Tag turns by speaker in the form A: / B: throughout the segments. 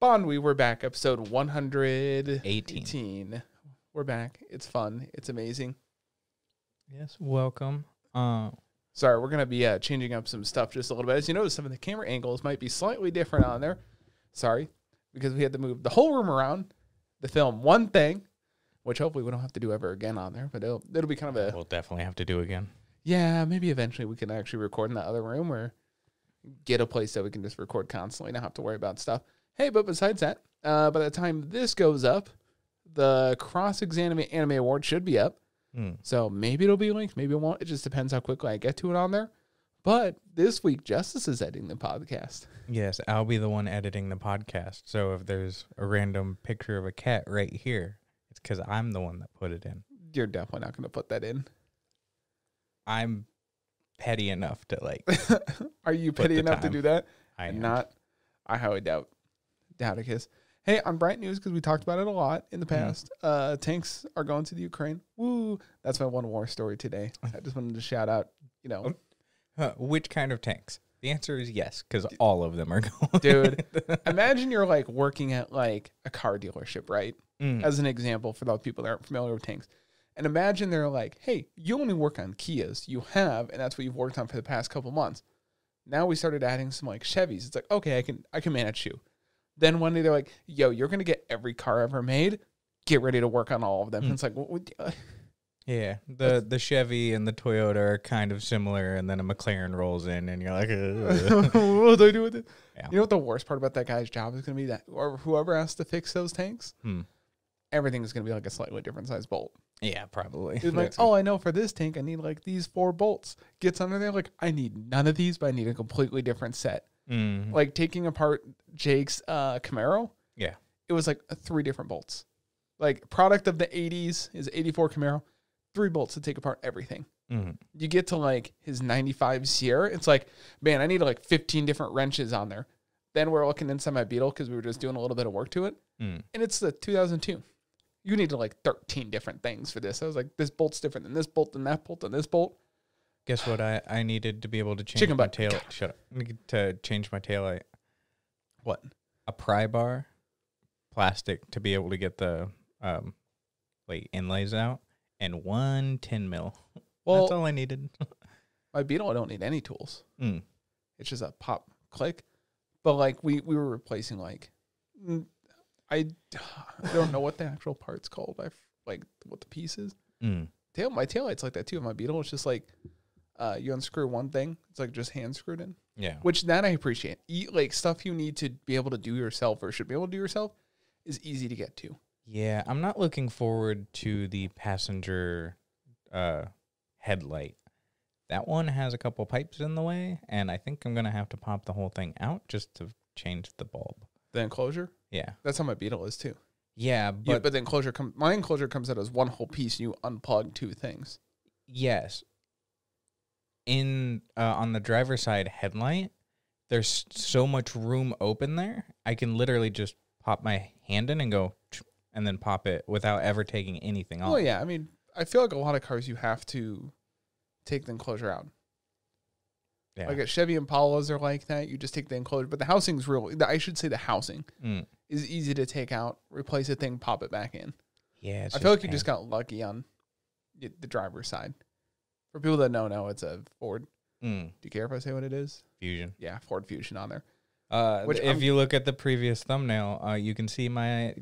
A: Bond, we were back, episode 118.
B: Eighteen.
A: We're back. It's fun. It's amazing.
C: Yes, welcome. Uh,
B: Um,
A: Sorry, we're going to be uh, changing up some stuff just a little bit. As you notice, some of the camera angles might be slightly different on there. Sorry, because we had to move the whole room around to film one thing, which hopefully we don't have to do ever again on there, but it'll, it'll be kind of a,
B: We'll definitely have to do again.
A: yeah, maybe eventually we can actually record in the other room or get a place that we can just record constantly, not have to worry about stuff. Hey, but besides that, uh, by the time this goes up, the Cross Exam Anime Award should be up.
B: Hmm.
A: So maybe it'll be linked, maybe it won't. It just depends how quickly I get to it on there. But this week, Justice is editing the podcast.
B: Yes, I'll be the one editing the podcast. So if there's a random picture of a cat right here, it's because I'm the one that put it in.
A: You're definitely not going to put that in.
B: I'm petty enough to like.
A: Are you
B: Put
A: petty
B: the
A: enough to
B: time.
A: do that?
B: I
A: I'm
B: am.
A: not. I highly doubt. Doubt it is. Hey, on bright news because we talked about it a lot in the past. Uh, tanks are going to the Ukraine. Woo! That's my one war story today. I just wanted to shout out. You know,
B: Huh, which kind of tanks? The answer is yes, because all of them are going.
A: dude. imagine you're like working at like a car dealership, right?
B: Mm.
A: As an example for those people that aren't familiar with tanks. And imagine they're like, hey, you only work on Kias. You have, and that's what you've worked on for the past couple months. Now we started adding some like Chevys. It's like, okay, I can I can manage you. Then one day they're like, yo, you're gonna get every car ever made. Get ready to work on all of them.
B: Mm.
A: And it's like, what would you,
B: Yeah, the the Chevy and the Toyota are kind of similar, and then a McLaren rolls in, and you're like, "Ugh."
A: what would I do with it?
B: Yeah.
A: You know what the worst part about that guy's job is gonna be that or whoever has to fix those tanks,
B: Hmm.
A: everything is gonna be like a slightly different size bolt.
B: yeah, probably.
A: It's like, oh, I know for this tank, I need like these four bolts. Gets under there, like, I need none of these, but I need a completely different set.
B: Mm.
A: Like taking apart Jake's uh, Camaro,
B: yeah,
A: it was like three different bolts. Like, product of the 80s is 84 Camaro, three bolts to take apart everything.
B: Mm.
A: You get to like his 95 Sierra, it's like, man, I need like 15 different wrenches on there. Then we're looking inside my Beetle because we were just doing a little bit of work to it.
B: Mm.
A: And it's the 2002. You need to like 13 different things for this. I was like, this bolt's different than this bolt, than that bolt, than this bolt.
B: Guess what? I, I needed to be able to change
A: Chicken
B: my
A: butt.
B: tail. Shut up. To change my tail light,
A: What?
B: a pry bar, plastic to be able to get the um, like inlays out, and one 10 mil.
A: Well,
B: That's all I needed.
A: my Beetle, I don't need any tools.
B: Mm.
A: It's just a pop click. But like we we were replacing like, mm, I, I don't know what the actual part's called. I f- like what the piece is.
B: Mm.
A: Tail my taillight's like that too. My Beetle, it's just like, uh, you unscrew one thing, it's like just hand screwed in.
B: Yeah.
A: which that I appreciate. E- like stuff you need to be able to do yourself or should be able to do yourself is easy to get to.
B: Yeah, I'm not looking forward to the passenger uh, headlight. That one has a couple pipes in the way, and I think I'm gonna have to pop the whole thing out just to change the bulb.
A: The enclosure,
B: Yeah,
A: that's how my Beetle is too.
B: yeah,
A: But,
B: but
A: but the enclosure comes, my enclosure comes out as one whole piece. And you unplug two things.
B: yes, in uh, on the driver's side headlight, there's so much room open there. I can literally just pop my hand in and go, and then pop it without ever taking anything off.
A: Oh yeah, I mean, I feel like a lot of cars you have to take the enclosure out.
B: yeah.
A: Like at Chevy Impalas are like that. You just take the enclosure, but the housing's real. the- I should say the housing
B: Mm.
A: is easy to take out, replace a thing, pop it back in.
B: yeah it's
A: I feel like you
B: pain.
A: just got lucky on y- the driver's side. For people that know, no, it's a Ford.
B: Mm.
A: Do you care if I say what it is?
B: fusion.
A: Yeah, Ford Fusion on there.
B: Uh,
A: Which
B: if
A: I'm-
B: you look at the previous thumbnail, uh, you can see my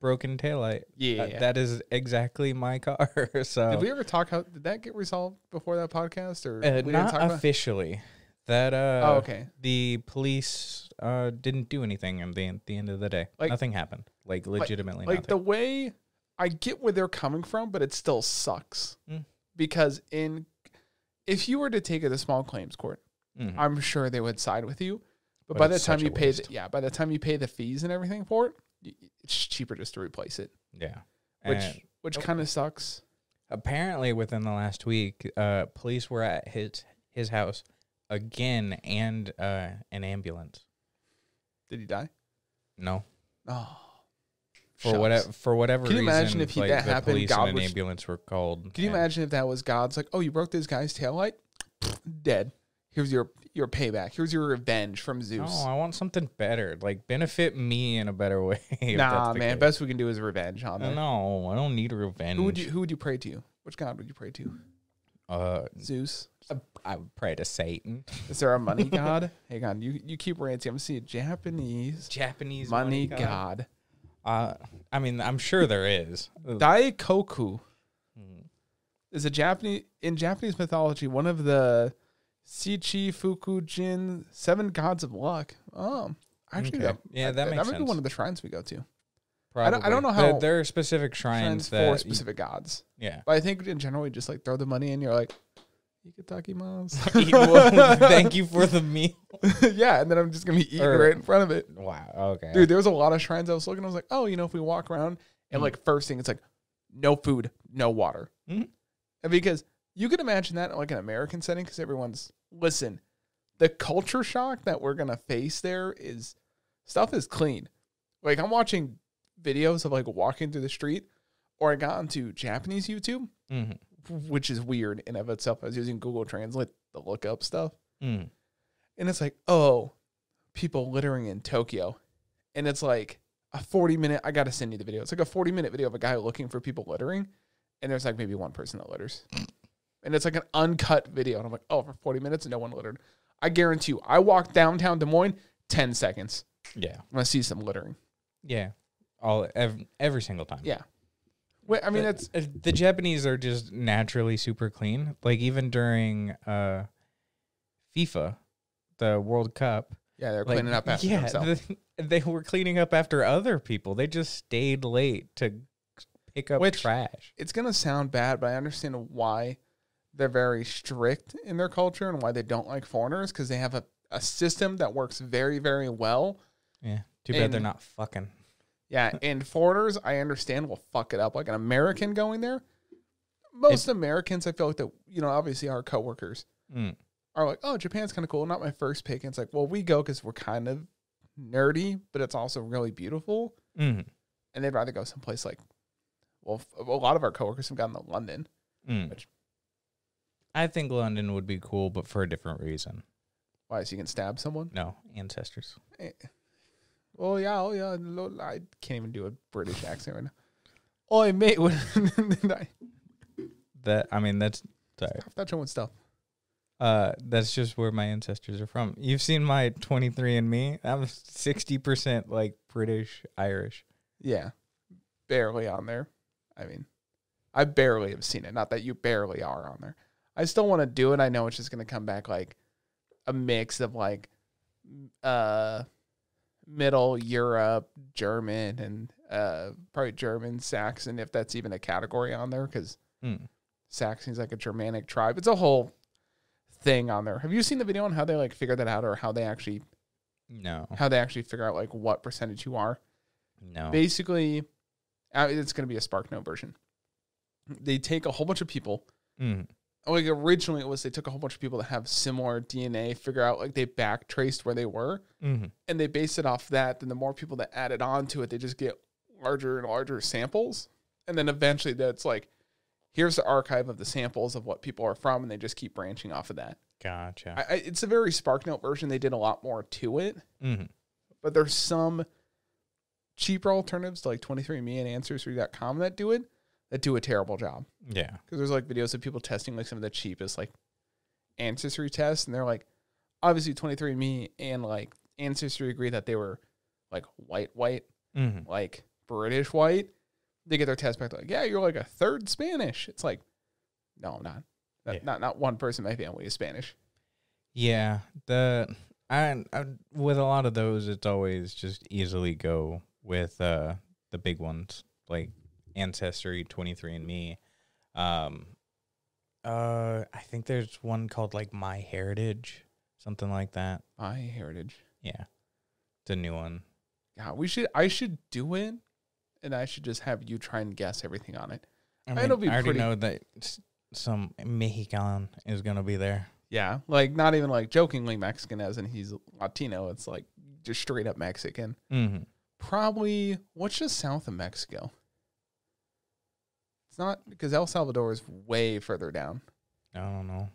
B: broken taillight.
A: Yeah.
B: Uh, that is exactly my car.
A: did
B: so
A: we ever talk how did that get resolved before that podcast or
B: uh,
A: we
B: not
A: about it?
B: officially. That uh,
A: Oh, okay.
B: the police uh, didn't do anything at the, at the end of the day.
A: Like-
B: nothing happened. Like legitimately
A: Like the
B: nothing.
A: way I get where they're coming from, but it still sucks.
B: Mm.
A: Because in if you were to take it to small claims court,
B: Mhm.
A: I'm sure they would side with you. But,
B: But
A: by the
B: it's
A: time
B: such a
A: you pay the,
B: waste.
A: yeah, by the time you pay the fees and everything for it, y- it's cheaper just to replace it.
B: yeah.
A: Which
B: And Oh.
A: which
B: Nope.
A: kind of sucks.
B: apparently within the last week, uh, police were at his his house again and uh, an ambulance.
A: Did he die?
B: No.
A: Oh.
B: for
A: shucks.
B: whatever for whatever
A: Can you
B: reason,
A: imagine if he-
B: like,
A: that
B: the
A: happened,
B: police
A: God
B: and an
A: was-
B: ambulance were called.
A: Can you
B: and-
A: imagine if that was God's like, oh, you broke this guy's taillight? Dead. Here's your your payback. Here's your revenge from Zeus.
B: No, I want something better. Like benefit me in a better way. if
A: nah,
B: that's the
A: man.
B: case.
A: Best we can do is revenge, huh? Man?
B: No, I don't need revenge.
A: Who would you who would you pray to? Which god would you pray to?
B: uh,
A: Zeus.
B: I would pray to Satan.
A: Is there a money god? Hang on, you you keep ranting. I'm seeing Japanese
B: Japanese
A: money god.
B: Uh, I mean, I'm sure there is.
A: Daikoku
B: Hmm.
A: is a Japanese in Japanese mythology one of the Sichi Fukujin seven gods of luck. Oh, actually,
B: Okay. Yeah, that makes
A: that might be
B: sense.
A: one of the shrines we go to.
B: Probably.
A: don't- I don't know
B: There-
A: how-
B: there, are specific
A: Shrines
B: shrines that.
A: for
B: you-
A: specific gods.
B: yeah.
A: But I think in general, you just like throw the money in. You're like, Ikitaki Mas.
B: Eat well, Thank you for the meal.
A: yeah, and then I'm just gonna be eating
B: Or-
A: right in front of it.
B: Wow. Okay.
A: Dude, there was a lot of shrines I was looking. I was like, oh, you know, if we walk around and like first thing, it's like no food, no water,
B: Mhm.
A: and because you can imagine that in like an American setting, because everyone's listen, the culture shock that we're gonna face there is stuff is clean. Like I'm watching videos of like walking through the street, or I got onto Japanese YouTube,
B: Mhm.
A: which is weird in of itself. I was using Google Translate to look up stuff
B: Mm.
A: and it's like, oh, people littering in Tokyo. And it's like a 40 minute, I got to send you the video. It's like a 40 minute video of a guy looking for people littering. And there's like maybe one person that litters. And it's like an uncut video. And I'm like, oh, for 40 minutes, no one littered. I guarantee you, I walked downtown Des Moines, 10 seconds.
B: Yeah.
A: I'm going to see some littering.
B: Yeah. All every, every single time.
A: Yeah. Wait, I mean,
B: The-
A: that's,
B: uh, the Japanese are just naturally super clean. Like even during uh, FIFA, the World Cup,
A: yeah, they're
B: like,
A: cleaning up after
B: yeah,
A: themselves.
B: the- they were cleaning up after other people. They just stayed late to pick up
A: Which-
B: trash.
A: it's gonna sound bad, but I understand why they're very strict in their culture and why they don't like foreigners because they have a, a system that works very, very well.
B: Yeah, too bad they're
A: And-
B: not fucking.
A: Yeah, and foreigners, I understand, will fuck it up. Like an American going there, most Americans, I feel like that you know, obviously our coworkers
B: Mm.
A: are like, oh, Japan's kind of cool, not my first pick. And it's like, well, we go because we're kind of nerdy, but it's also really beautiful,
B: Mm.
A: and they'd rather go someplace like. Well, f- a lot of our coworkers have gone to London.
B: Mm.
A: Which-
B: I think London would be cool, but for a different reason.
A: Why? So you can stab someone?
B: No ancestors.
A: Oh yeah, oh yeah. lo- I can't even do a British accent right now. Oh, Oi, mate, what I
B: That I mean, that's sorry.
A: touch on stuff.
B: Uh, that's just where my ancestors are from. You've seen my 23 and me. I'm 60% like British, Irish.
A: Yeah, barely on there. I mean, I barely have seen it. Not that you barely are on there. I still want to do it. I know it's just gonna come back like a mix of like uh middle Europe, German, and uh probably German Saxon if that's even a category on there because
B: Mm.
A: Saxons like a Germanic tribe. It's a whole thing on there. Have you seen the video on how they like figure that out or how they actually
B: No,
A: how they actually figure out like what percentage you are?
B: no.
A: Basically, uh, it's going to be a spark note version. They take a whole bunch of people.
B: Mm.
A: Like originally it was they took a whole bunch of people that have similar DNA, figure out like they back traced where they were,
B: Mm.
A: and they base it off that. Then the more people that added on to it, they just get larger and larger samples. And then eventually that's like, here's the archive of the samples of what people are from, and they just keep branching off of that.
B: Gotcha.
A: I, I, it's a very SparkNote version. They did a lot more to it,
B: mm.
A: but there's some cheaper alternatives to like 23andMe and Ancestry.com that do it that do a terrible job.
B: Yeah.
A: Because there's like videos of people testing like some of the cheapest like ancestry tests, and they're like, obviously 23andMe and like Ancestry agree that they were like white, white,
B: Mm.
A: like British white. They get their test back they're like, yeah, you're like a third Spanish. It's like, no, I'm not. Not
B: Yeah.
A: not, not one person in my family is Spanish.
B: Yeah, the I, I with a lot of those, it's always just easily go with uh the big ones like Ancestry, Twenty Three and Me. Um, uh, I think there's one called like My Heritage, something like that.
A: My heritage.
B: Yeah, the new one.
A: Yeah, we should. I should do it, and I should just have you try and guess everything on it.
B: I,
A: mean,
B: mean,
A: it'll be
B: I already
A: pretty-
B: know that s- some Mexican is gonna be there.
A: Yeah, like not even like jokingly Mexican, as in he's Latino. It's like just straight up Mexican.
B: Mm-hmm.
A: Probably what's just south of Mexico. It's not because El Salvador is way further down.
B: I don't know.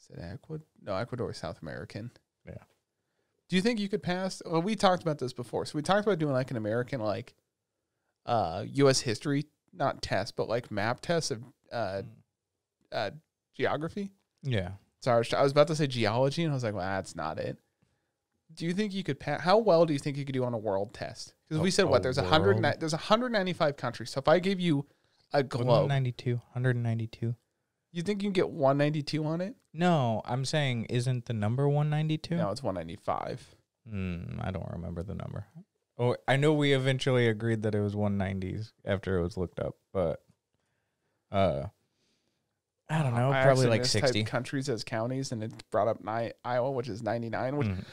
A: Is it Ecuador? No, Ecuador is South American.
B: Yeah.
A: Do you think you could pass? Well, we talked about this before. So we talked about doing like an American, like, uh, U.S. history, not test, but like map test of uh,
B: Mm.
A: uh, geography.
B: Yeah.
A: Sorry, I was- I was about to say geology, and I was like, well, that's not it. Do you think you could pass? How well do you think you could do on a world test? Because we
B: A-
A: said
B: a
A: what? There's a hundred.
B: world-
A: There's a hundred ninety-five countries. So if I gave you a globe,
B: 192. 192.
A: you think you can get one ninety-two on it?
B: No, I'm saying isn't the number 192?
A: No, it's one ninety-five.
B: Mm, I don't remember the number. Oh, I know we eventually agreed that it was 190s after it was looked up, but uh I don't know,
A: I actually
B: probably like
A: mistyped
B: 60.
A: countries as counties, and it brought up ni- Iowa, which is ninety-nine. Which
B: Mm.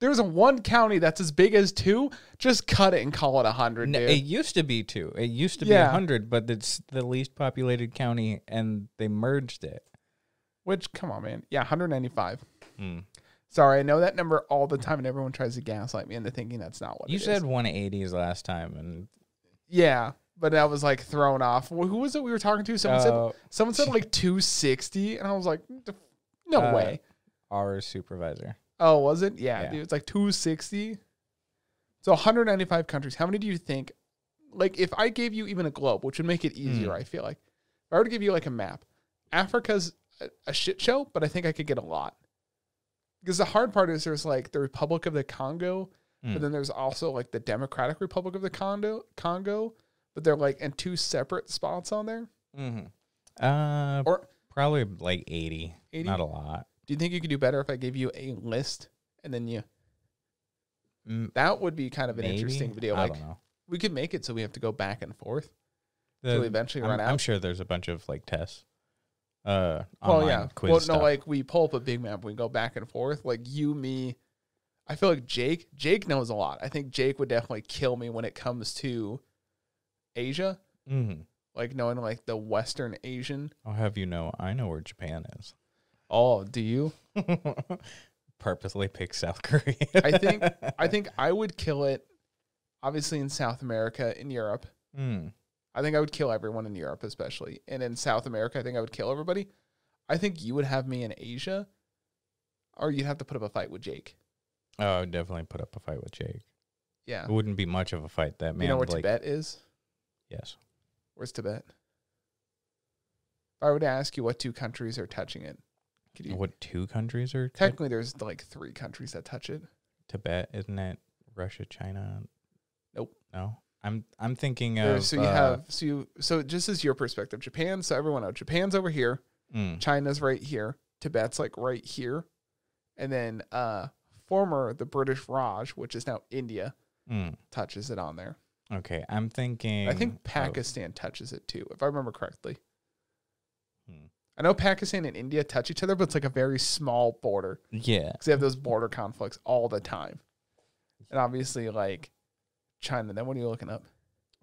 A: there's a one county that's as big as two. Just cut it and call it a hundred,
B: N-
A: dude.
B: It used to be 2. It used to be be
A: Yeah.
B: 100, but it's the least populated county and they merged it.
A: which, come on, man, yeah, one hundred ninety-five. Hmm.
B: Mm.
A: Sorry, I know that number all the time, and everyone tries to gaslight me into thinking that's not what
B: You
A: it
B: said
A: is.
B: 180s last time and
A: Yeah, but I was like thrown off. Wh- Who was it we were talking to? Someone
B: uh,
A: said someone said like two sixty, and I was like, "D- no
B: Uh,
A: way.
B: our supervisor.
A: Oh, was it? Yeah,
B: yeah.
A: dude, it's like two sixty. So one hundred ninety five countries. How many do you think? Like, if I gave you even a globe, which would make it easier,
B: Hmm.
A: I feel like. If I were to give you like a map, Africa's a, a shit show, but I think I could get a lot. Because the hard part is there's like the Republic of the Congo,
B: Mm.
A: But then there's also like the Democratic Republic of the Condo, Congo, but they're like in two separate spots on there.
B: Mhm. Uh
A: Mm-hmm. Or-
B: probably like 80.
A: 80?
B: Not a lot.
A: Do you think you could do better if I gave you a list and then you?
B: Mm,
A: That would be kind of an
B: maybe?
A: interesting video.
B: I
A: Like
B: don't know.
A: we could make it so we have to go back and forth
B: The-
A: till we eventually
B: I'm,
A: run out.
B: I'm sure there's a bunch of like tests. Uh,
A: well,
B: online
A: yeah.
B: quiz
A: well,
B: stuff.
A: no, like we pull up a big map, we go back and forth. Like you, me. I feel like Jake. Jake knows a lot. I think Jake would definitely kill me when it comes to Asia.
B: Mhm.
A: Like knowing like the Western Asian.
B: I'll have you know, I know where Japan is.
A: Oh, do you?
B: Purposely pick South Korea.
A: I think I think I would kill it. Obviously, in South America, in Europe,
B: Mm.
A: I think I would kill everyone in Europe, especially, and in South America, I think I would kill everybody. I think you would have me in Asia, or you'd have to put up a fight with Jake.
B: Oh, I would definitely put up a fight with Jake.
A: Yeah,
B: It wouldn't be much of a fight. That man,
A: you know where
B: would, like,
A: Tibet is?
B: yes,
A: Where's Tibet? If I were to ask you what two countries are touching it, could you?
B: what two countries are Tib-
A: Technically, there's like three countries that touch it.
B: Tibet? Isn't it Russia, China?
A: Nope.
B: No, I'm I'm thinking
A: There-
B: of
A: so you
B: uh,
A: have so you so just as your perspective, Japan. So everyone out, Japan's over here.
B: mm,
A: China's right here, Tibet's like right here, and then uh former the British Raj, which is now India,
B: mm.
A: touches it on there.
B: Okay, I'm thinking.
A: I think
B: of-
A: Pakistan touches it too, if I remember correctly.
B: Hmm.
A: I know Pakistan and India touch each other, but it's like a very small border
B: yeah,
A: because they have those border conflicts all the time. And obviously, like China. Then what are you looking up?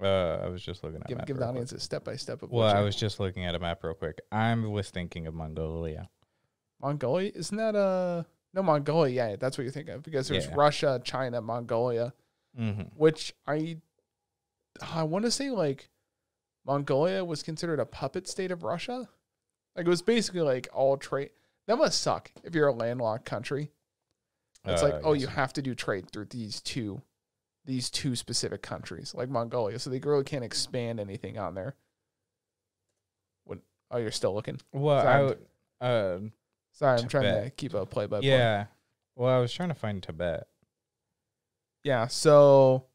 B: uh, I was just looking at
A: Give,
B: that
A: give the
B: real quick.
A: audience a step by step of
B: Well,
A: what
B: I
A: you-
B: was just looking at a map real quick. I was thinking of Mongolia.
A: Mongolia. Isn't that uh no Mongolia? Yeah, that's what you're thinking of because there's
B: Yeah.
A: Russia, China, Mongolia.
B: Mm-hmm.
A: which I I want to say like Mongolia was considered a puppet state of Russia. Like it was basically like all trade. That must suck if you're a landlocked country. It's
B: Uh,
A: like oh, you have to do trade through these two, these two specific countries, like Mongolia. So they really can't expand anything on there. When oh, you're still looking.
B: Well,
A: Sorry,
B: I
A: I'm-
B: would, uh,
A: Sorry, I'm trying to
B: Tibet.
A: keep a play by play.
B: yeah. Well, I was trying to find Tibet.
A: yeah. So,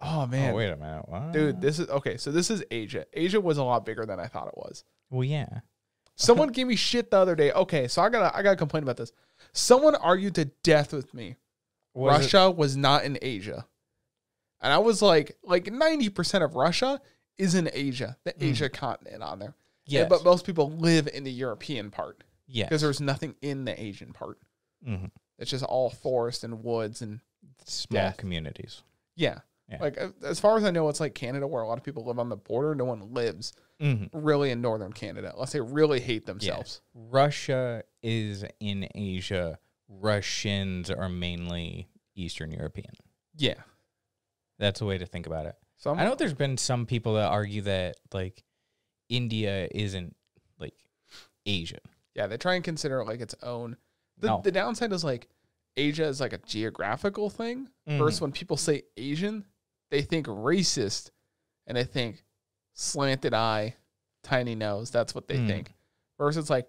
A: oh
B: Oh,
A: man,
B: wait a minute, what?
A: dude, this is okay. So this is Asia. Asia was a lot bigger than I thought it was.
B: Well, yeah.
A: Someone gave me shit the other day. Okay, so I gotta I gotta complain about this. Someone argued to death with me.
B: Was it-
A: Russia was not in Asia. And I was like, like 90% of Russia is in Asia, the Asia continent on there. Yeah,
B: Hmm. Yes.
A: But most people live in the European part
B: yes.
A: because there's nothing in the Asian part.
B: Mhm.
A: It's just all forest and woods and
B: small
A: death.
B: communities.
A: yeah.
B: Yeah.
A: Like uh, as far as I know, it's like Canada where a lot of people live on the border. No one lives
B: Mhm.
A: really in northern Canada unless they really hate themselves.
B: Russia is in Asia. Russians are mainly Eastern European.
A: Yeah.
B: That's a way to think about it.
A: So I'm,
B: I know there's been some people that argue that like India isn't like Asia.
A: Yeah, they try and consider it like its own. The,
B: No.
A: the downside is like Asia is like a geographical thing.
B: Mhm.
A: First, when people say Asian, they think racist and they think slanted eye, tiny nose. That's what they
B: Mm.
A: think. Versus like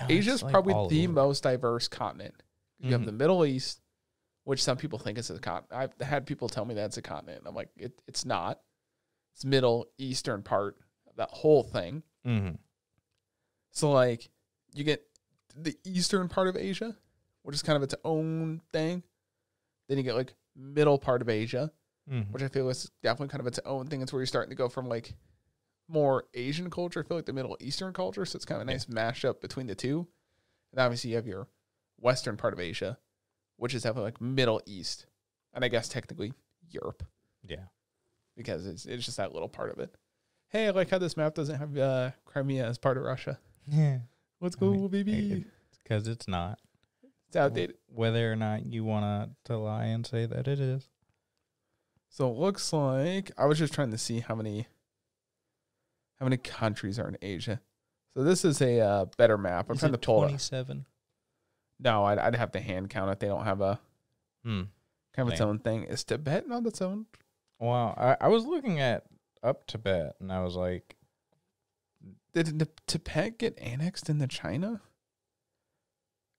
B: No,
A: Asia
B: it's
A: is
B: like
A: probably
B: all
A: the
B: over.
A: most diverse continent. You have
B: Mhm.
A: the Middle East, which some people think is a continent. I've had people tell me that's a continent. I'm like, it, it's not. It's Middle Eastern part, of that whole thing.
B: Mhm.
A: So like, you get the eastern part of Asia, which is kind of its own thing. Then you get like middle part of Asia,
B: Mhm.
A: which I feel is definitely kind of its own thing. It's where you're starting to go from like more Asian culture. I feel like the Middle Eastern culture. So it's kind of a nice mashup between the two. And obviously you have your Western part of Asia, which is definitely like Middle East, and I guess technically Europe
B: Yeah.
A: because it's it's just that little part of it. Hey, I like how this map doesn't have uh, Crimea as part of Russia.
B: Yeah.
A: Let's
B: I
A: go,
B: mean,
A: baby.
B: it- Because it's not.
A: It's outdated.
B: Whether or not you want to lie and say that it is.
A: So it looks like I was just trying to see how many how many countries are in Asia. So this is a uh, better map. I'm
B: Is
A: trying
B: it
A: to pull. it.
B: 27?
A: No, I'd, I'd have to hand count it. They don't have a
B: Hmm.
A: kind of its
B: Thing.
A: own thing. Is Tibet not its own?
B: Wow. I, I was looking at up Tibet and I was like,
A: Did N- Tibet get annexed into China?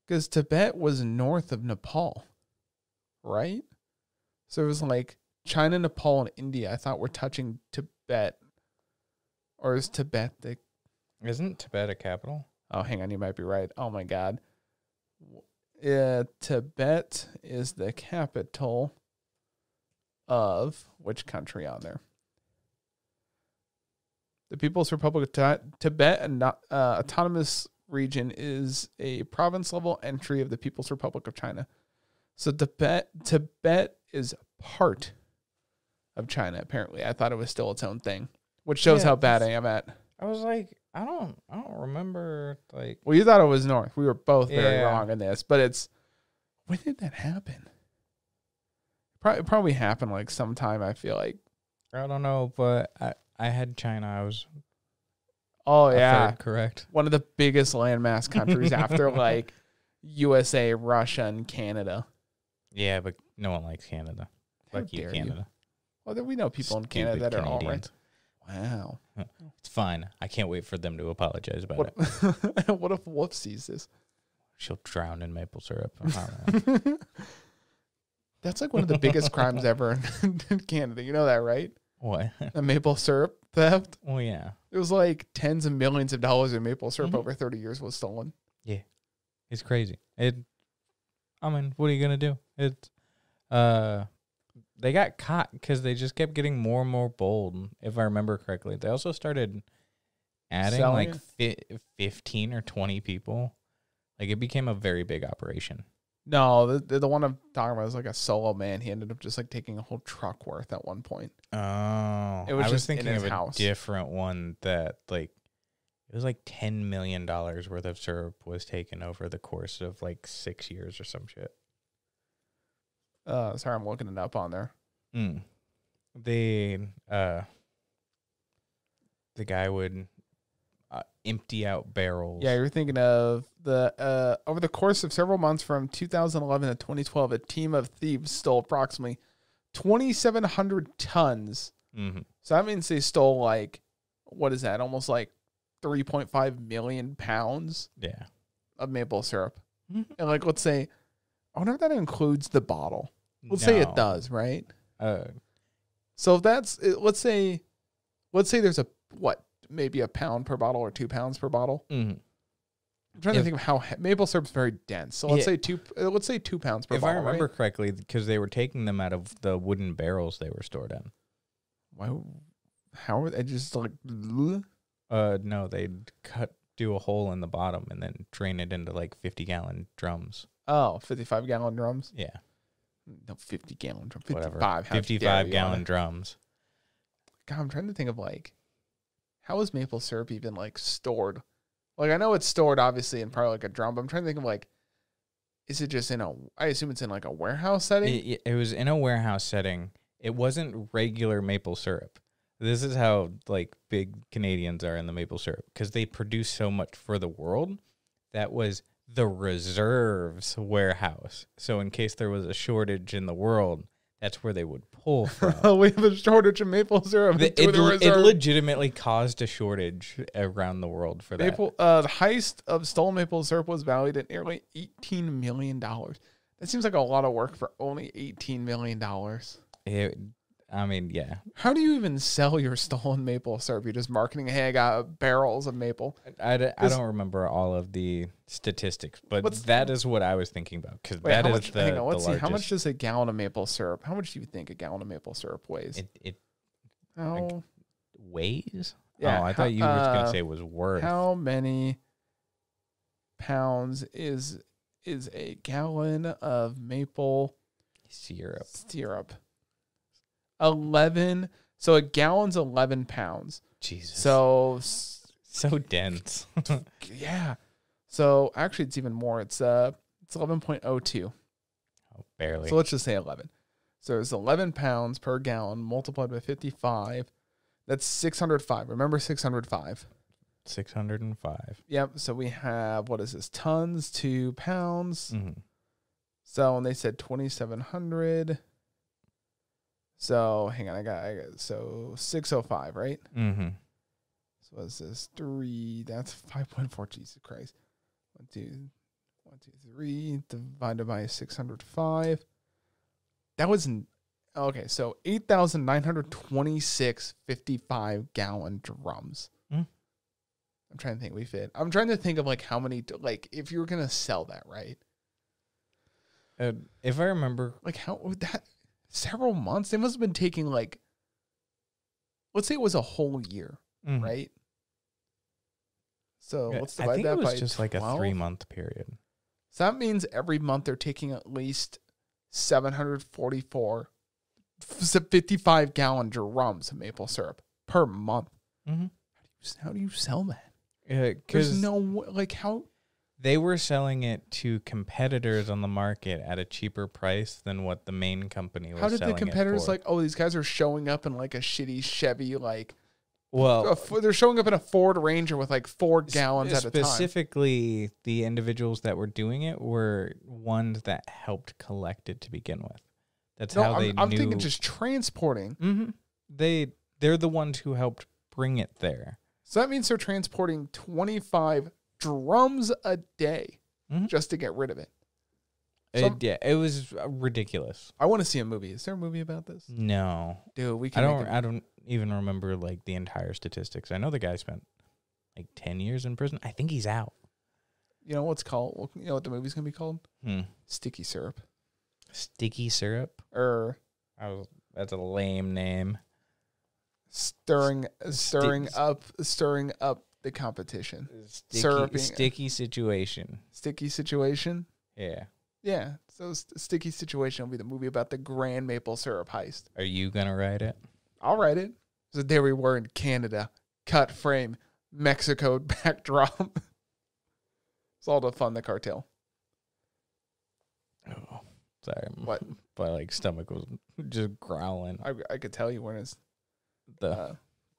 A: Because Tibet was north of Nepal, right? So it was like China, Nepal, and India. I thought were touching Tibet, or is Tibet the
B: isn't Tibet a capital?
A: Oh, hang on, you might be right. Oh my God, W- uh, Tibet is the capital of which country on there? The People's Republic of Ti- Tibet and not, uh, Autonomous Region is a province-level entry of the People's Republic of China. So Tibet, Tibet is part of China. Apparently, I thought it was still its own thing, which shows
B: Yeah,
A: how bad I
B: that's-
A: am at.
B: I was like, I don't, I don't remember. Like,
A: Well, you thought it was north. We were both very
B: Yeah.
A: wrong in this, but it's when did that happen? Probably, it probably happened like sometime. I feel like.
B: I don't know, but I, I had China. I was
A: Oh
B: a
A: yeah,
B: third correct.
A: one of the biggest landmass countries after like USA, Russia, and Canada.
B: Yeah, but no one likes Canada.
A: How
B: Like you,
A: dare
B: Canada.
A: Well, there, we know people in Canada
B: Stupid
A: that are all right.
B: Canadians.
A: Wow.
B: It's fine. I can't wait for them to apologize about
A: What,
B: it.
A: what if Wolf sees this?
B: She'll drown in maple syrup.
A: That's like one of the biggest crimes ever in, in Canada. You know that, right?
B: what?
A: The maple syrup theft.
B: Well, yeah.
A: It was like tens of millions of dollars in maple syrup
B: Mhm.
A: over 30 years was stolen.
B: It's crazy. It. I mean, what are you gonna do? It's. Uh, they got caught because they just kept getting more and more bold. If I remember correctly, they also started adding
A: Selling
B: like fi- fifteen or twenty people. Like it became a very big operation.
A: No, the, the, the one I'm talking about is like a solo man. He ended up just like taking a whole truck worth at one point.
B: Oh,
A: It was
B: I was
A: just in
B: thinking
A: his
B: of a
A: house.
B: different one that like it was like ten million dollars worth of syrup was taken over the course of like six years or some shit.
A: Uh, sorry, I'm looking it up on there.
B: Mm. They uh, the guy would uh, empty out barrels.
A: Yeah, you're thinking of the uh, over the course of several months from 2011 to 2012, a team of thieves stole approximately 2,700 tons.
B: Mhm.
A: So that means they stole like what is that? Almost like 3.5 million pounds
B: yeah.
A: of maple syrup.
B: Mhm.
A: And like, let's say, I wonder if that includes the bottle. Let's say
B: No.
A: it does, right?
B: Uh,
A: So if that's it- let's say, let's say there's a what maybe a pound per bottle or two pounds per bottle.
B: mhm.
A: I'm trying
B: If-
A: to think of how he- maple syrup's very dense. So let's
B: Yeah.
A: say two, uh, let's say two pounds per
B: If I
A: bottle.
B: remember
A: right?
B: correctly, because they were taking them out of the wooden barrels they were stored in.
A: why? w- How are they just like? bleh?
B: Uh, no, they'd cut do a hole in the bottom and then drain it into like fifty gallon drums.
A: Oh, 55 gallon drums.
B: Yeah,
A: No, 50 gallon drum.
B: Whatever.
A: 55. how dare
B: fifty
A: you
B: five
A: on
B: gallon
A: it.
B: drums.
A: God, I'm trying to think of like, how is maple syrup even like stored? Like I know it's stored obviously in probably like a drum, but I'm trying to think of like, is it just in a? I assume it's in like a warehouse setting.
B: It, it- it was in a warehouse setting. It wasn't regular maple syrup. This is how like big Canadians are in the maple syrup because they produce so much for the world that was the reserves warehouse. So in case there was a shortage in the world, that's where they would pull from.
A: we have a shortage of maple syrup.
B: The-
A: It's
B: it,
A: with the
B: le- it
A: reserve.
B: legitimately caused a shortage around the world for that.
A: Maple, uh, the heist of stolen maple syrup was valued at nearly eighteen million dollars. That seems like a lot of work for only eighteen million dollars.
B: It- I mean, yeah.
A: How do you even sell your stolen maple syrup? You're just marketing, hey, I got barrels of maple.
B: I, d- I
A: This-
B: don't remember all of the statistics, but
A: What's-
B: that is what I was thinking about because
A: Wait,
B: that
A: how
B: is
A: much,
B: the,
A: hang on,
B: the
A: let's see.
B: largest.
A: How much does a gallon of maple syrup? How much do you think a gallon of maple syrup weighs?
B: it, it
A: how,
B: weighs?
A: Yeah,
B: oh, I
A: how-
B: thought you were just gonna
A: uh,
B: say it was worth.
A: how many pounds is is a gallon of maple
B: syrup.
A: syrup? Eleven. So a gallon's eleven pounds.
B: Jesus.
A: So s-
B: so dense.
A: yeah. So actually, it's even more. It's uh, it's eleven point oh two.
B: Oh, barely.
A: So let's just say 11. So it's 11 pounds per gallon multiplied by 55. That's 605. Remember 605.
B: Six hundred and five.
A: Yep. So we have, what is this? Tons to pounds.
B: Mhm.
A: So, and they said 2,700. So hang on. I got, I got, so 605, right?
B: Mhm.
A: So what's this? Three. That's 5.4. Jesus Christ. One, two, one, two, three. Divided by 605. That was n- okay. So 8,926 55 gallon drums.
B: Mm.
A: I'm trying to think. We fit. I'm trying to think of like how many, like if you were going to sell that, right?
B: Uh, if I remember,
A: Like how would that several months? They must have been taking like, let's say it was a whole year.
B: Mhm.
A: right? So
B: Yeah,
A: let's divide
B: I think
A: that
B: it was
A: by
B: just
A: 12.
B: like a three month period.
A: So that means every month they're taking at least 744 f- 55 gallon drums of maple syrup per month.
B: Mhm.
A: How do you sell that?
B: Because
A: Mm-hmm. There's no wa- like how
B: they were selling it to competitors on the market at a cheaper price than what the main company was.
A: how did the
B: selling it
A: competitors
B: for.
A: like oh these guys are showing up in like a shitty Chevy like a
B: Well,
A: f- they're showing up in a Ford Ranger with like four
B: Oh. s-
A: gallons at a time.
B: Specifically, the individuals that were doing it were ones that helped collect it to begin with. That's
A: No,
B: how they
A: I'm, I'm
B: knew.
A: thinking just transporting.
B: hmm They they're the ones who helped bring it there.
A: So that means they're transporting 25 drums a day
B: Mhm.
A: just to get rid of it. So-
B: It, yeah, it was uh, ridiculous.
A: I want to see a movie. Is there a movie about this?
B: No,
A: Dude, we
B: Mm. I
A: can.
B: don't.
A: Make a-
B: I don't even remember like the entire statistics. I know the guy spent like ten years in prison. I think he's out.
A: you know what's called? well, You know what the movie's gonna be called?
B: Hmm.
A: Sticky syrup. Er,
B: Sticky syrup.
A: Or
B: I was. That's a lame name.
A: stirring, stirring
B: Sticks.
A: up, stirring up the competition.
B: Sticky,
A: Syruping.
B: sticky situation.
A: Sticky situation.
B: Yeah.
A: Yeah. So st- sticky situation will be the movie about the grand maple syrup heist.
B: Are you gonna write it?
A: I'll write it. So there we were in Canada. Cut frame, Mexico backdrop. it's all to fund the cartel.
B: Oh, sorry. m-
A: What?
B: My like stomach was just growling.
A: I, I could tell you when it's
B: The
A: uh,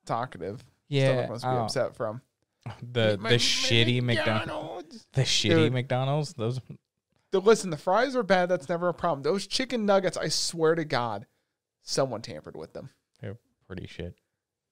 A: talkative.
B: yeah.
A: Stomach must be
B: oh,
A: upset from.
B: the the shitty McDonald's. The shitty
A: Dude.
B: McDonald's. Those.
A: The- Listen, the fries are bad. That's never a problem. Those chicken nuggets, I swear to God, someone tampered with them.
B: They're pretty shit.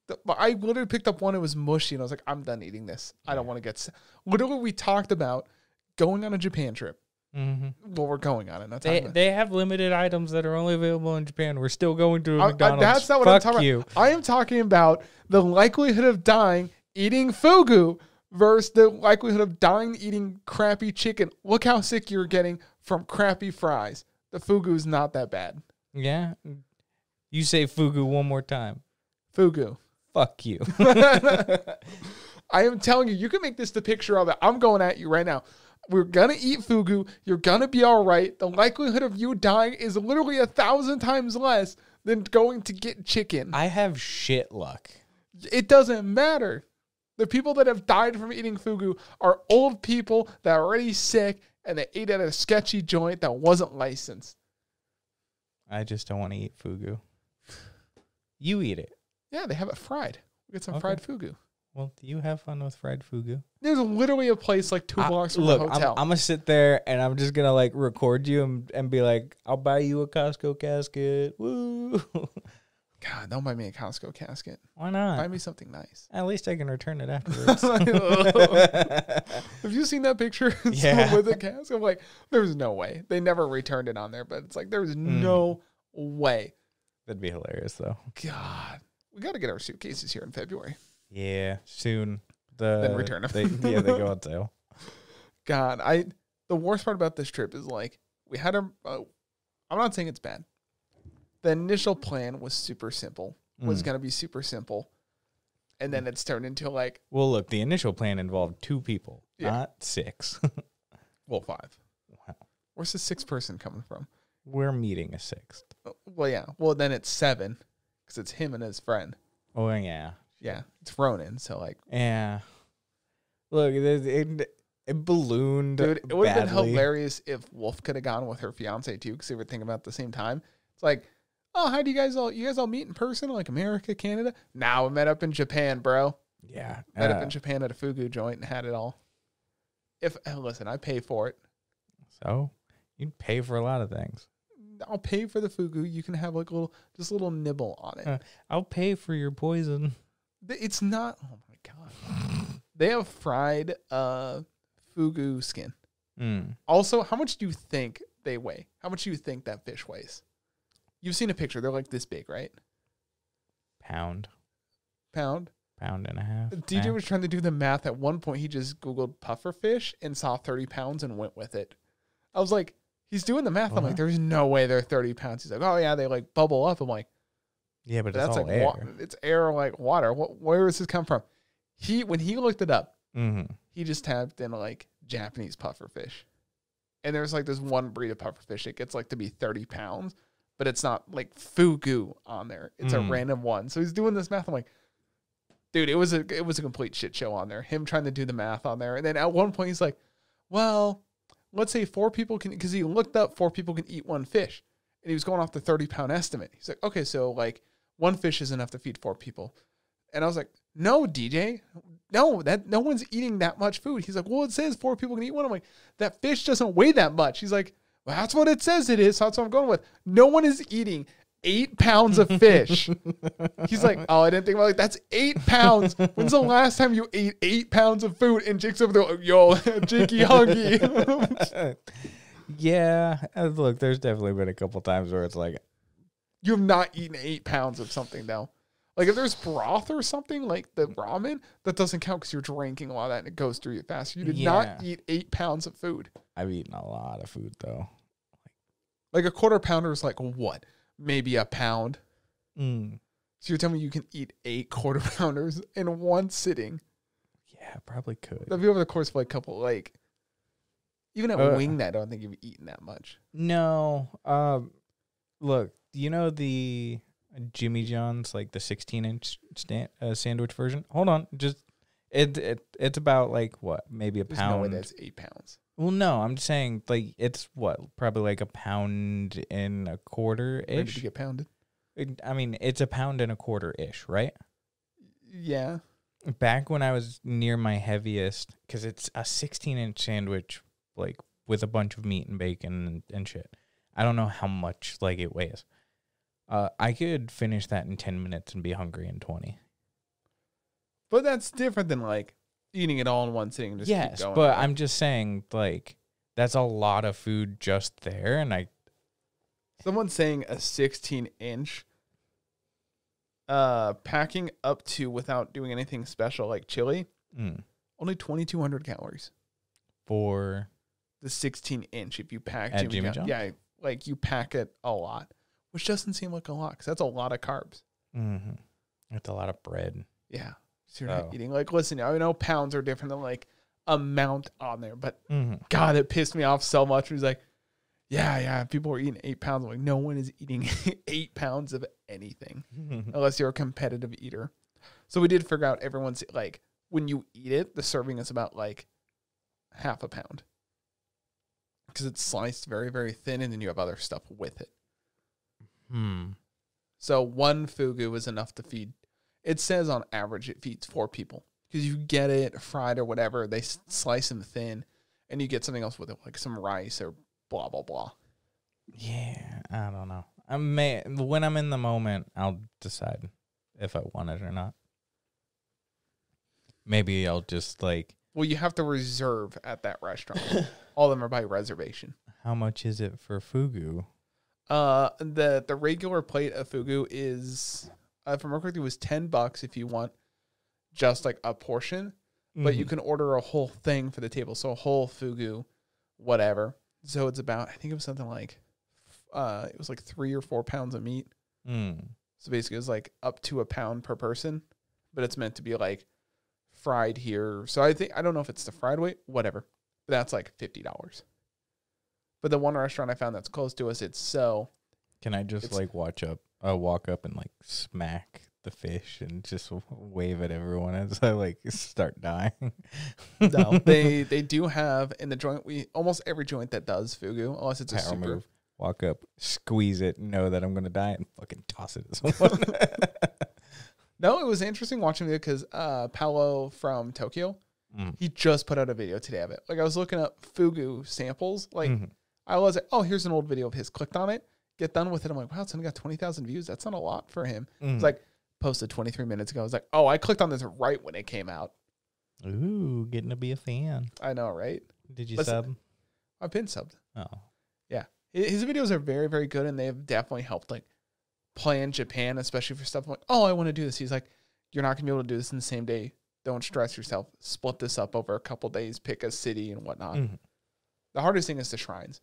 A: The- but I literally picked up one. It was mushy, and I was like, I'm done eating this. I don't want to get. s Literally, we talked about going on a Japan trip.
B: Mm-hmm.
A: Well, we're going on it. Not
B: They,
A: talking about-
B: they have limited items that are only available in Japan. We're still going to a
A: I- I-
B: McDonald's.
A: Uh, that's not what
B: Fuck
A: I'm talking
B: you.
A: about. I am talking about the likelihood of dying eating fugu versus the likelihood of dying eating crappy chicken. Look how sick you're getting from crappy fries. The fugu is not that bad.
B: Yeah. You say fugu one more time.
A: Fugu.
B: Fuck you.
A: I am telling you, you can make this the picture of it. I'm going at you right now. We're gonna eat fugu. You're gonna be all right. The likelihood of you dying is literally a thousand times less than going to get chicken.
B: I have shit luck.
A: It doesn't matter. The people that have died from eating fugu are old people that are already sick and they ate at a sketchy joint that wasn't licensed.
B: I just don't want to eat fugu. You eat it.
A: Yeah, they have it fried. We get some
B: Okay.
A: fried fugu.
B: Well, you have fun with fried fugu.
A: There's literally a place like two
B: I-
A: blocks from
B: look,
A: the
B: I'm,
A: hotel.
B: I'm gonna sit there and I'm just gonna like record you and, and be like, I'll buy you a Costco casket. Woo!
A: God, don't buy me a Costco casket.
B: Why not?
A: Buy me something nice.
B: At least I can return it afterwards.
A: Have you seen that picture of someone
B: Yeah.
A: with a casket? I'm like, there's no way. They never returned it on there, but it's like there's
B: Hmm.
A: no way.
B: That'd be hilarious though.
A: God. We gotta get our suitcases here in February.
B: Yeah, soon. The
A: Then return 'em.
B: They, yeah, they go on sale.
A: God, I the worst part about this trip is like we had a. Uh, I'm not saying it's bad. The initial plan was super simple. Was
B: Mm.
A: gonna be super simple, and then it's turned into like
B: Well, look, the initial plan involved two people,
A: Yeah.
B: not six.
A: well five.
B: Wow.
A: Where's the sixth person coming from?
B: We're meeting a sixth.
A: Uh, Well, yeah. Well, then it's seven because it's him and his friend.
B: Oh yeah,
A: Yeah, it's Ronan. So like,
B: yeah. Look, it it, it ballooned.
A: dude, it would have been
B: badly.
A: hilarious if Wolf could have gone with her fiance too because they were thinking about it at the same time. It's like, oh, how do you guys all you guys all meet in person? Like America, Canada? Now nah, we met up in Japan, bro.
B: Yeah.
A: Met up
B: uh,
A: in Japan at a fugu joint and had it all. If and listen, I pay for it.
B: so you'd pay for a lot of things.
A: I'll pay for the fugu. You can have like a little, just a little nibble on it.
B: Uh. I'll pay for your poison.
A: Th- It's not. Oh my god. They have fried uh fugu skin.
B: Mm.
A: Also, how much do you think they weigh? How much do you think that fish weighs? You've seen a picture. They're like this big, right?
B: Pound,
A: Pound.
B: pound and a half.
A: DJ
B: Eh.
A: Uh, was trying to do the math. At one point, he just Googled puffer fish and saw 30 pounds and went with it. I was like, he's doing the math. I'm like,
B: What?
A: there's no way they're 30 pounds. He's like, oh, yeah, they like bubble up. I'm like,
B: yeah, but
A: but that's
B: it's all
A: like,
B: air.
A: wa- it's air like water. What, where does this come from? He, when he looked it up,
B: hmm
A: he just tapped in like Japanese puffer fish. And there's like this one breed of puffer fish. It gets like to be 30 pounds, but it's not like fugu on there. It's
B: Mm.
A: a random one. So he's doing this math. I'm like, dude, it was a it was a complete shit show on there. Him trying to do the math on there. And then at one point he's like, well, let's say four people can because he looked up four people can eat one fish. And he was going off the 30 pound estimate. He's like, okay, so like one fish is enough to feed four people. And I was like, no, DJ, no, that no one's eating that much food. He's like, well, it says four people can eat one. I'm like, that fish doesn't weigh that much. He's like, well, that's what it says it is. So that's what I'm going with. No one is eating eight pounds of fish. He's like, oh, I didn't think about it. That's eight pounds. When's the last time you ate eight pounds of food? And Jake's over there, like, yo, Jakey hungy.
B: yeah. uh, Look, there's definitely been a couple times where it's like,
A: you have not eaten eight pounds of something though. Like if there's broth or something like the ramen, that doesn't count because you're drinking a lot of that and it goes through you fast. You did not
B: Yeah.
A: eat eight pounds of food.
B: I've eaten a lot of food though.
A: Like a quarter pounder is like what? Maybe a pound.
B: Mm.
A: So you're telling me you can eat eight quarter pounders in one sitting?
B: Yeah, probably could.
A: That'd be over the course of like a couple like even at
B: Uh,
A: Wingnut, I don't think you've eaten that much.
B: No. Um look, you know the Jimmy John's like the 16-inch stand, uh, sandwich version? Hold on, just it, it it's about like what? Maybe a
A: There's no way
B: pound.
A: that's eight pounds.
B: well, no, I'm just saying like it's what? Probably like a pound and a quarter
A: Maybe to
B: ish.
A: get pounded.
B: I mean, it's a pound and a quarter ish, right?
A: Yeah.
B: back when I was near my heaviest, because it's a 16 inch sandwich, like with a bunch of meat and bacon and, and shit. I don't know how much like it weighs. Uh, I could finish that in 10 minutes and be hungry in 20.
A: But that's different than like eating it all in one sitting and just keep
B: yes,
A: going.
B: but I'm just saying, like, that's a lot of food just there. And I,
A: Someone's saying a 16 inch. Uh, packing up to without doing anything special like chili,
B: mm,
A: only 2,200 calories.
B: for,
A: The 16 inch, if you pack
B: At
A: Jimmy,
B: Jimmy
A: John-
B: John's?
A: yeah, like you pack it a lot, which doesn't seem like a lot because that's a lot of carbs.
B: mm that's a lot of bread.
A: Yeah, so you're
B: Oh.
A: not eating like. Listen, I know pounds are different than like amount on there, but
B: Mm-hmm.
A: God, it pissed me off so much. He was like, "Yeah, yeah, people are eating eight pounds." I'm like, no one is eating eight pounds of anything.
B: Mm-hmm.
A: unless you're a competitive eater. So we did figure out everyone's like when you eat it, the serving is about like half a pound because it's sliced very very thin, and then you have other stuff with it.
B: hmm.
A: So one fugu is enough to feed. It says on average it feeds four people. because you get it fried or whatever. They s- slice them thin, and you get something else with it, like some rice or blah blah blah.
B: Yeah, I don't know. I may when I'm in the moment, I'll decide if I want it or not. Maybe I'll just like,
A: Well, you have to reserve at that restaurant. All of them are by reservation.
B: how much is it for fugu?
A: Uh, the the regular plate of fugu is, uh, if I remember correctly, was ten bucks if you want just like a portion, but
B: Mm-hmm.
A: you can order a whole thing for the table, so a whole fugu, whatever. So it's about I think it was something like, uh, it was like three or four pounds of meat.
B: Mm.
A: So basically, it's like up to a pound per person, but it's meant to be like fried here. So I think I don't know if it's the fried weight, whatever. But that's like fifty dollars. But the one restaurant I found that's close to us, it's so
B: Can I just
A: It's-
B: like watch up, uh, walk up and like smack the fish and just wave at everyone as I like start dying?
A: no. they they do have in the joint we almost every joint that does fugu, unless it's a
B: power
A: super.
B: move. Walk up, squeeze it, know that I'm gonna die, and fucking toss it at someone.
A: No, it was interesting watching it because uh, Paolo from Tokyo,
B: Mm.
A: he just put out a video today of it. Like I was looking up fugu samples, like
B: Mhm.
A: I was like, oh, here's an old video of his. Clicked on it, get done with it. I'm like, wow, it's only got 20,000 views. That's not a lot for him.
B: Mm.
A: It's like, posted 23 minutes ago. I was like, oh, I clicked on this right when it came out.
B: Mm-hmm. Ooh, getting to be a fan.
A: I know, right?
B: Did you
A: Listen- I've been subbed.
B: sub? Oh.
A: Hi- His videos are very, very good, and they have definitely helped, like, plan Japan, especially for stuff like, oh, I want to do this. He's like, you're not going to be able to do this in the same day. Don't stress yourself. Split this up over a couple days. Pick a city and
B: Oh.
A: whatnot. the hardest thing is the shrines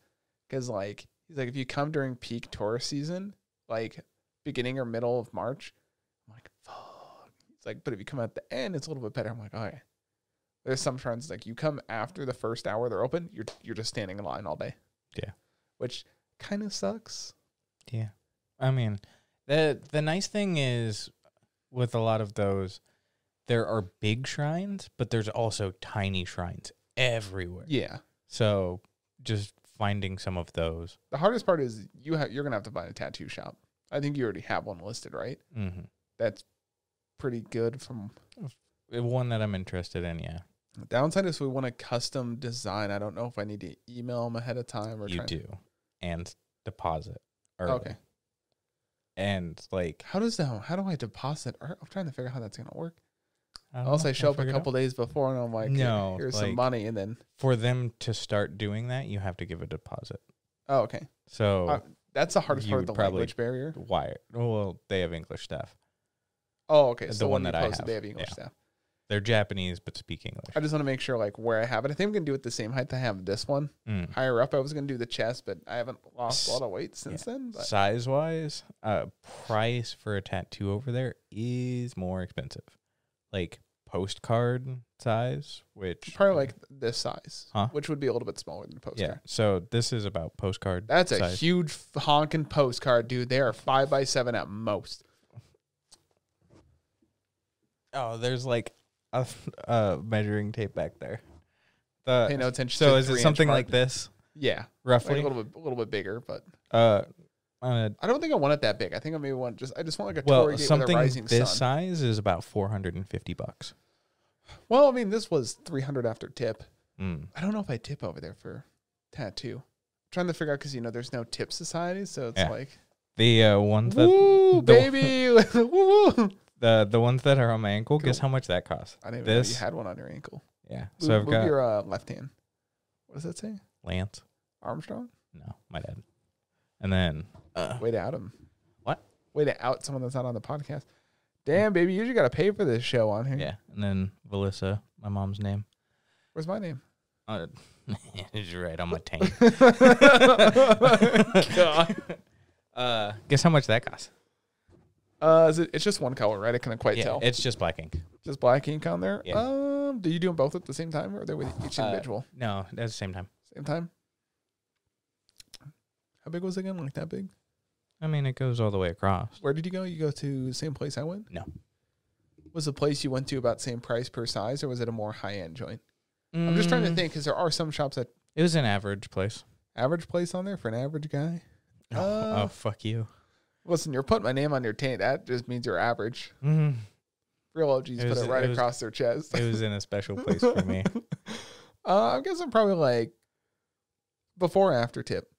A: because like he's like if you come during peak tourist season like beginning or middle of march i'm like fuck it's like but if you come at the end it's a little bit better i'm like okay there's some shrines like you come after the first hour they're open you're you're just standing in line all day
B: Yeah.
A: which kind of sucks
B: Yeah. I mean, the the nice thing is with a lot of those, there are big shrines, but there's also tiny shrines everywhere.
A: yeah
B: So just finding some of those.
A: the hardest part is you ha- you're gonna have to find a tattoo shop i think you already have one listed right
B: Mm-hmm.
A: that's pretty good from
B: One that I'm interested in, yeah.
A: the downside is we want a custom design i don't know if i need to email them ahead of time or
B: you
A: try and-
B: do. And deposit. Early.
A: Okay.
B: And like
A: How does that? How do I deposit? Or- I'm trying to figure out how that's gonna work.
B: I don't
A: Unless
B: know,
A: I
B: I'll
A: show up a
B: figure it out.
A: couple days before and I'm like,
B: No,
A: here's some
B: like-
A: money, and then
B: for them to start doing that, you have to give a deposit.
A: oh, okay,
B: So
A: Uh, that's the hardest
B: You
A: part
B: would
A: of the
B: probably-
A: language barrier.
B: why? Well, they have English staff.
A: Oh, okay,
B: The
A: so the one,
B: one
A: you
B: that I
A: posted,
B: have,
A: they have English
B: yeah.
A: staff.
B: They're Japanese but speak English.
A: I just want to make sure like where I have it. I think I'm gonna do it the same height I have this one.
B: Mm.
A: Higher up, I was gonna do the chest, but I haven't lost a lot of weight since then. But
B: Size wise, uh, price for a tattoo over there is more expensive. Like postcard size, which
A: probably like this size,
B: Huh?
A: which would be a little bit smaller than a poster.
B: yeah. So this is about postcard.
A: That's a
B: size.
A: huge f- honking postcard, dude. They are five by seven at most.
B: oh, there's like a f- uh, measuring tape back there. The
A: Pay no attention. to
B: so
A: the
B: is it
A: three-inch
B: something
A: mark.
B: like this
A: Yeah, like
B: roughly?
A: a little bit, a little bit bigger, but
B: uh, on
A: I don't think I want it that big. I think I maybe want just I just want like
B: a,
A: a Torii
B: well,
A: gate
B: something
A: with a rising
B: this
A: sun.
B: size is about four hundred and fifty bucks.
A: Well, I mean, this was 300 after tip.
B: Mm.
A: I don't know if I tip over there for tattoo. trying to figure out because you know there's no tip society, so it's
B: Yeah.
A: like
B: The uh, ones that
A: woo
B: the-
A: baby, woo woo.
B: the the ones that are on my ankle. Guess
A: Cool.
B: how much that costs?
A: I didn't even know
B: This?
A: you had one on your ankle.
B: Yeah.
A: Move,
B: So I've
A: move
B: got
A: your uh, left hand. What does that say?
B: Lance.
A: Armstrong.
B: No, my dad. And then uh,
A: Way to out him.
B: What?
A: Way to out someone that's not on the podcast. Damn, baby, you just got to pay for this show on here.
B: yeah, and then Velissa, my mom's name.
A: Where's my name?
B: Uh, it's right on my tank. Uh, guess how much that costs?
A: Uh, is it, it's just one color, right? I couldn't quite
B: yeah,
A: tell.
B: it's just black ink.
A: Just black ink on there.
B: Yeah.
A: Um, do you do them both at the same time, or are they with each
B: Uh,
A: individual
B: No, at the same time.
A: same time? How big was it again? Like that big?
B: I mean, it goes all the way across.
A: Where did you go? You go to the same place I went?
B: No.
A: Was the place you went to about same price per size, or was it a more high end joint? I'm just trying to
B: Mm,
A: think because there are some shops that
B: It was an average place.
A: average place on there for an average guy.
B: oh,
A: Uh,
B: fuck you.
A: Mm-hmm. Listen, you're putting my name on your taint. That just means you're average.
B: Mm,
A: Real OGs
B: It
A: put
B: was-
A: it right
B: it was-
A: across their chest.
B: It was in a special place for me.
A: Uh, I'm guessing probably like before or after tip.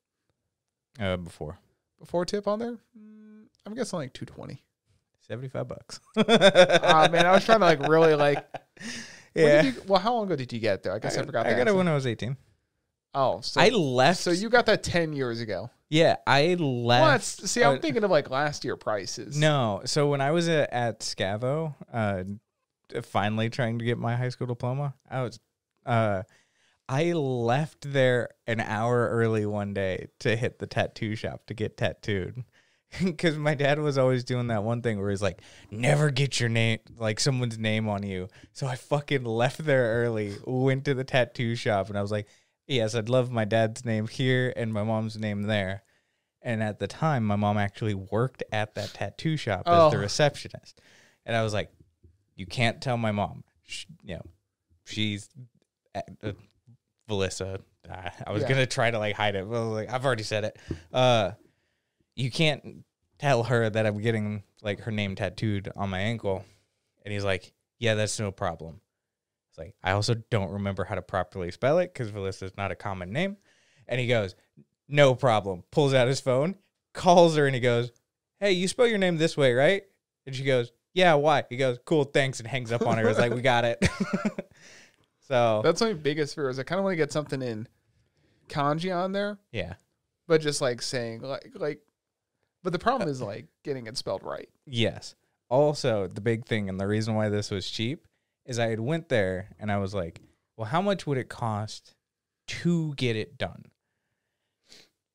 B: Uh, before
A: Before tip on there, mm, I'm guessing like 220.
B: seventy-five bucks.
A: Ah man, I was trying to like really like. when
B: yeah.
A: Did you, well, how long ago did you get there? I guess I, forgot.
B: I
A: to ask
B: got it when
A: that.
B: I was eighteen.
A: Oh, so
B: I left.
A: so you got that 10 years ago.
B: Yeah, I left.
A: Well, that's, see, I'm
B: uh,
A: thinking of like last year prices.
B: No, so when I was at, at Scavo, uh, finally trying to get my high school diploma, I was, uh, I left there an hour early one day to hit the tattoo shop to get tattooed. Because my dad was always doing that one thing where he's like, never get your name, like someone's name on you. So I fucking left there early, went to the tattoo shop, and I was like, yes, I'd love my dad's name here and my mom's name there. And at the time, my mom actually worked at that tattoo shop as the
A: Oh.
B: receptionist. And I was like, you can't tell my mom. She, you know, she's uh, uh, Melissa. Ah, I was
A: Yeah.
B: gonna try to like hide it, but I was like I've already said it. Uh, you can't tell her that I'm getting like her name tattooed on my ankle. And he's like, yeah, that's no problem. It's like I also don't remember how to properly spell it because Melissa's not a common name. And he goes, no problem. Pulls out his phone, calls her, and he goes, hey, you spell your name this way, right? And she goes, yeah, why? He goes, cool, thanks, and hangs up on her. It's like, we got it. so,
A: That's my biggest fear is I kind of want to get something in kanji on there,
B: yeah.
A: but just like saying like like. But the problem is like getting it spelled right.
B: Yes. Also, the big thing and the reason why this was cheap is I had went there and I was like, well, how much would it cost to get it done?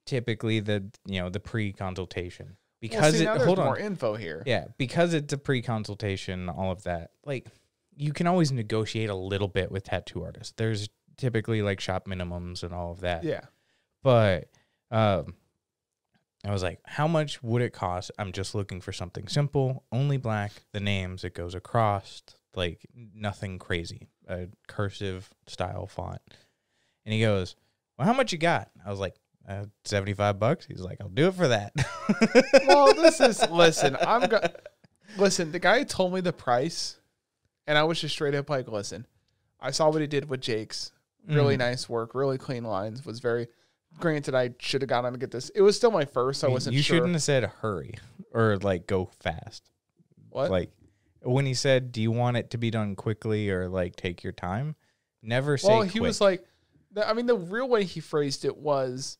B: Typically the, you know, the pre-consultation.
A: Well,
B: Because
A: see, now
B: it
A: there's
B: hold on.
A: more info here.
B: Yeah, because it's a pre-consultation, all of that. Like you can always negotiate a little bit with tattoo artists. There's typically like shop minimums and all of that.
A: Yeah.
B: But um I was like, how much would it cost? I'm just looking for something simple, only black, the names it goes across, like nothing crazy, a cursive style font. And he goes, "Well, how much you got?" I was like, uh, 75 bucks. He's like, "I'll do it for that."
A: Well, this is listen. I'm go- listen. The guy told me the price, and I was just straight up like, listen. I saw what he did with Jake's.
B: Mm.
A: Really nice work. Really clean lines. Was very. Granted, I should have gotten to get this. It was still my first. So I
B: You-
A: wasn't
B: you
A: sure.
B: shouldn't have said hurry or like go fast.
A: What?
B: Like when he said, "Do you want it to be done quickly or like take your time?" Never say.
A: well, he was
B: quick.
A: like, the, I mean, the real way he phrased it was,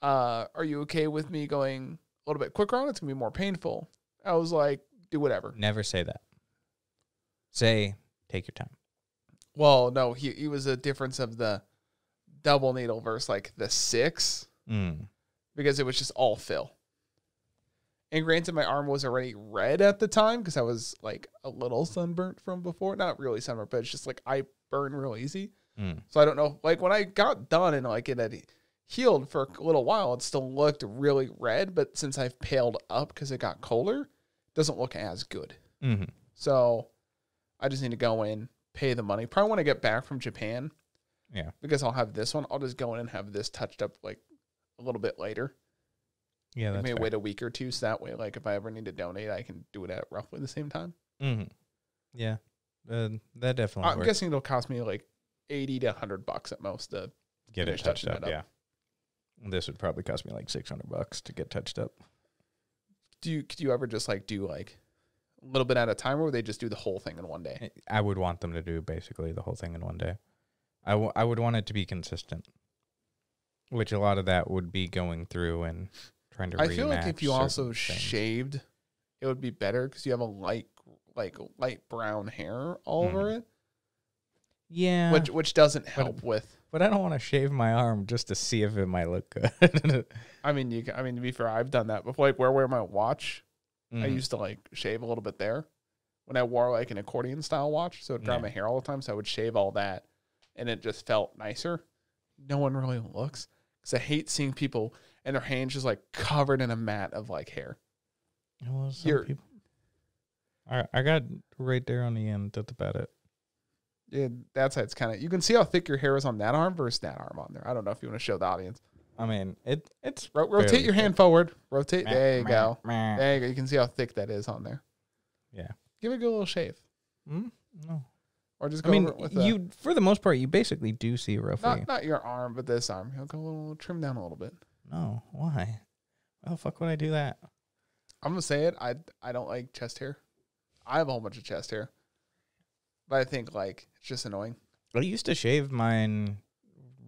A: uh, "Are you okay with me going a little bit quicker on it? It's gonna be more painful." I was like, "Do whatever."
B: never say that. Say take your time.
A: Well, no, he he was a difference of the double needle versus like the six
B: Mm.
A: because it was just all fill. And granted, my arm was already red at the time because I was like a little sunburnt from before. Not really sunburnt, but it's just like I burn real easy.
B: Mm.
A: So I don't know. Like when I got done and like it had healed for a little while, it still looked really red. But since I've paled up because it got colder, it doesn't look as good.
B: hmm
A: So I just need to go in, pay the money. Probably when I get back from Japan.
B: Yeah.
A: Because I'll have this one. I'll just go in and have this touched up like a little bit later.
B: Yeah,
A: Maybe
B: that's fair.
A: wait a week or two. So that way, like if I ever need to donate, I can do it at roughly the same time.
B: Mhm. Yeah, uh, that definitely.
A: I'm
B: works.
A: guessing it'll cost me like 80 to 100 bucks at most. To,
B: get it
A: finish
B: touched
A: touching
B: up.
A: that
B: Yeah, this would probably cost me like six hundred bucks to get touched up.
A: do you, could you ever just like do like a little bit at a time or would they just do the whole thing in one day?
B: I- Eh, I would want them to do basically the whole thing in one day. I, w- I would want it to be consistent, which a lot of that would be going through and trying to.
A: I feel like
B: rematch
A: if you also
B: certain things.
A: shaved, it would be better because you have a light, like light brown hair all
B: Mm-hmm.
A: over it.
B: yeah,
A: which which doesn't help with.
B: but I don't want to shave my arm just to see if it might look good.
A: I mean, you. ca- I mean, to be fair, I've done that before. Like where I wear my watch, I
B: Mhm.
A: used to like shave a little bit there when I wore like an accordion style watch, so it dried
B: Yeah.
A: my hair all the time. So I would shave all that, and it just felt nicer. No one really looks because I hate seeing people and their hands just like covered in a mat of like hair.
B: Well, some
A: You're-
B: people. I I got right there on the end. That's about it.
A: Yeah, that's how it's kind of. You can see how thick your hair is on that arm versus that arm on there. I don't know if you want to show the audience.
B: I mean, it it's
A: Ro- rotate
B: fairly
A: your
B: thick.
A: hand forward. Rotate.
B: Meh,
A: There you
B: meh,
A: go.
B: meh.
A: There you go. You can see how thick that is on there.
B: Yeah.
A: Give it a good little shave.
B: Mm, no.
A: Or just
B: I
A: go
B: mean,
A: over it with a-
B: you for the most part, you basically do see roughly.
A: not not your arm, but this arm. He'll go a little trim down a little bit.
B: No, why? Why the fuck would I do that?
A: I'm gonna say it. I I don't like chest hair. I have a whole bunch of chest hair, but I think like it's just annoying.
B: I used to shave mine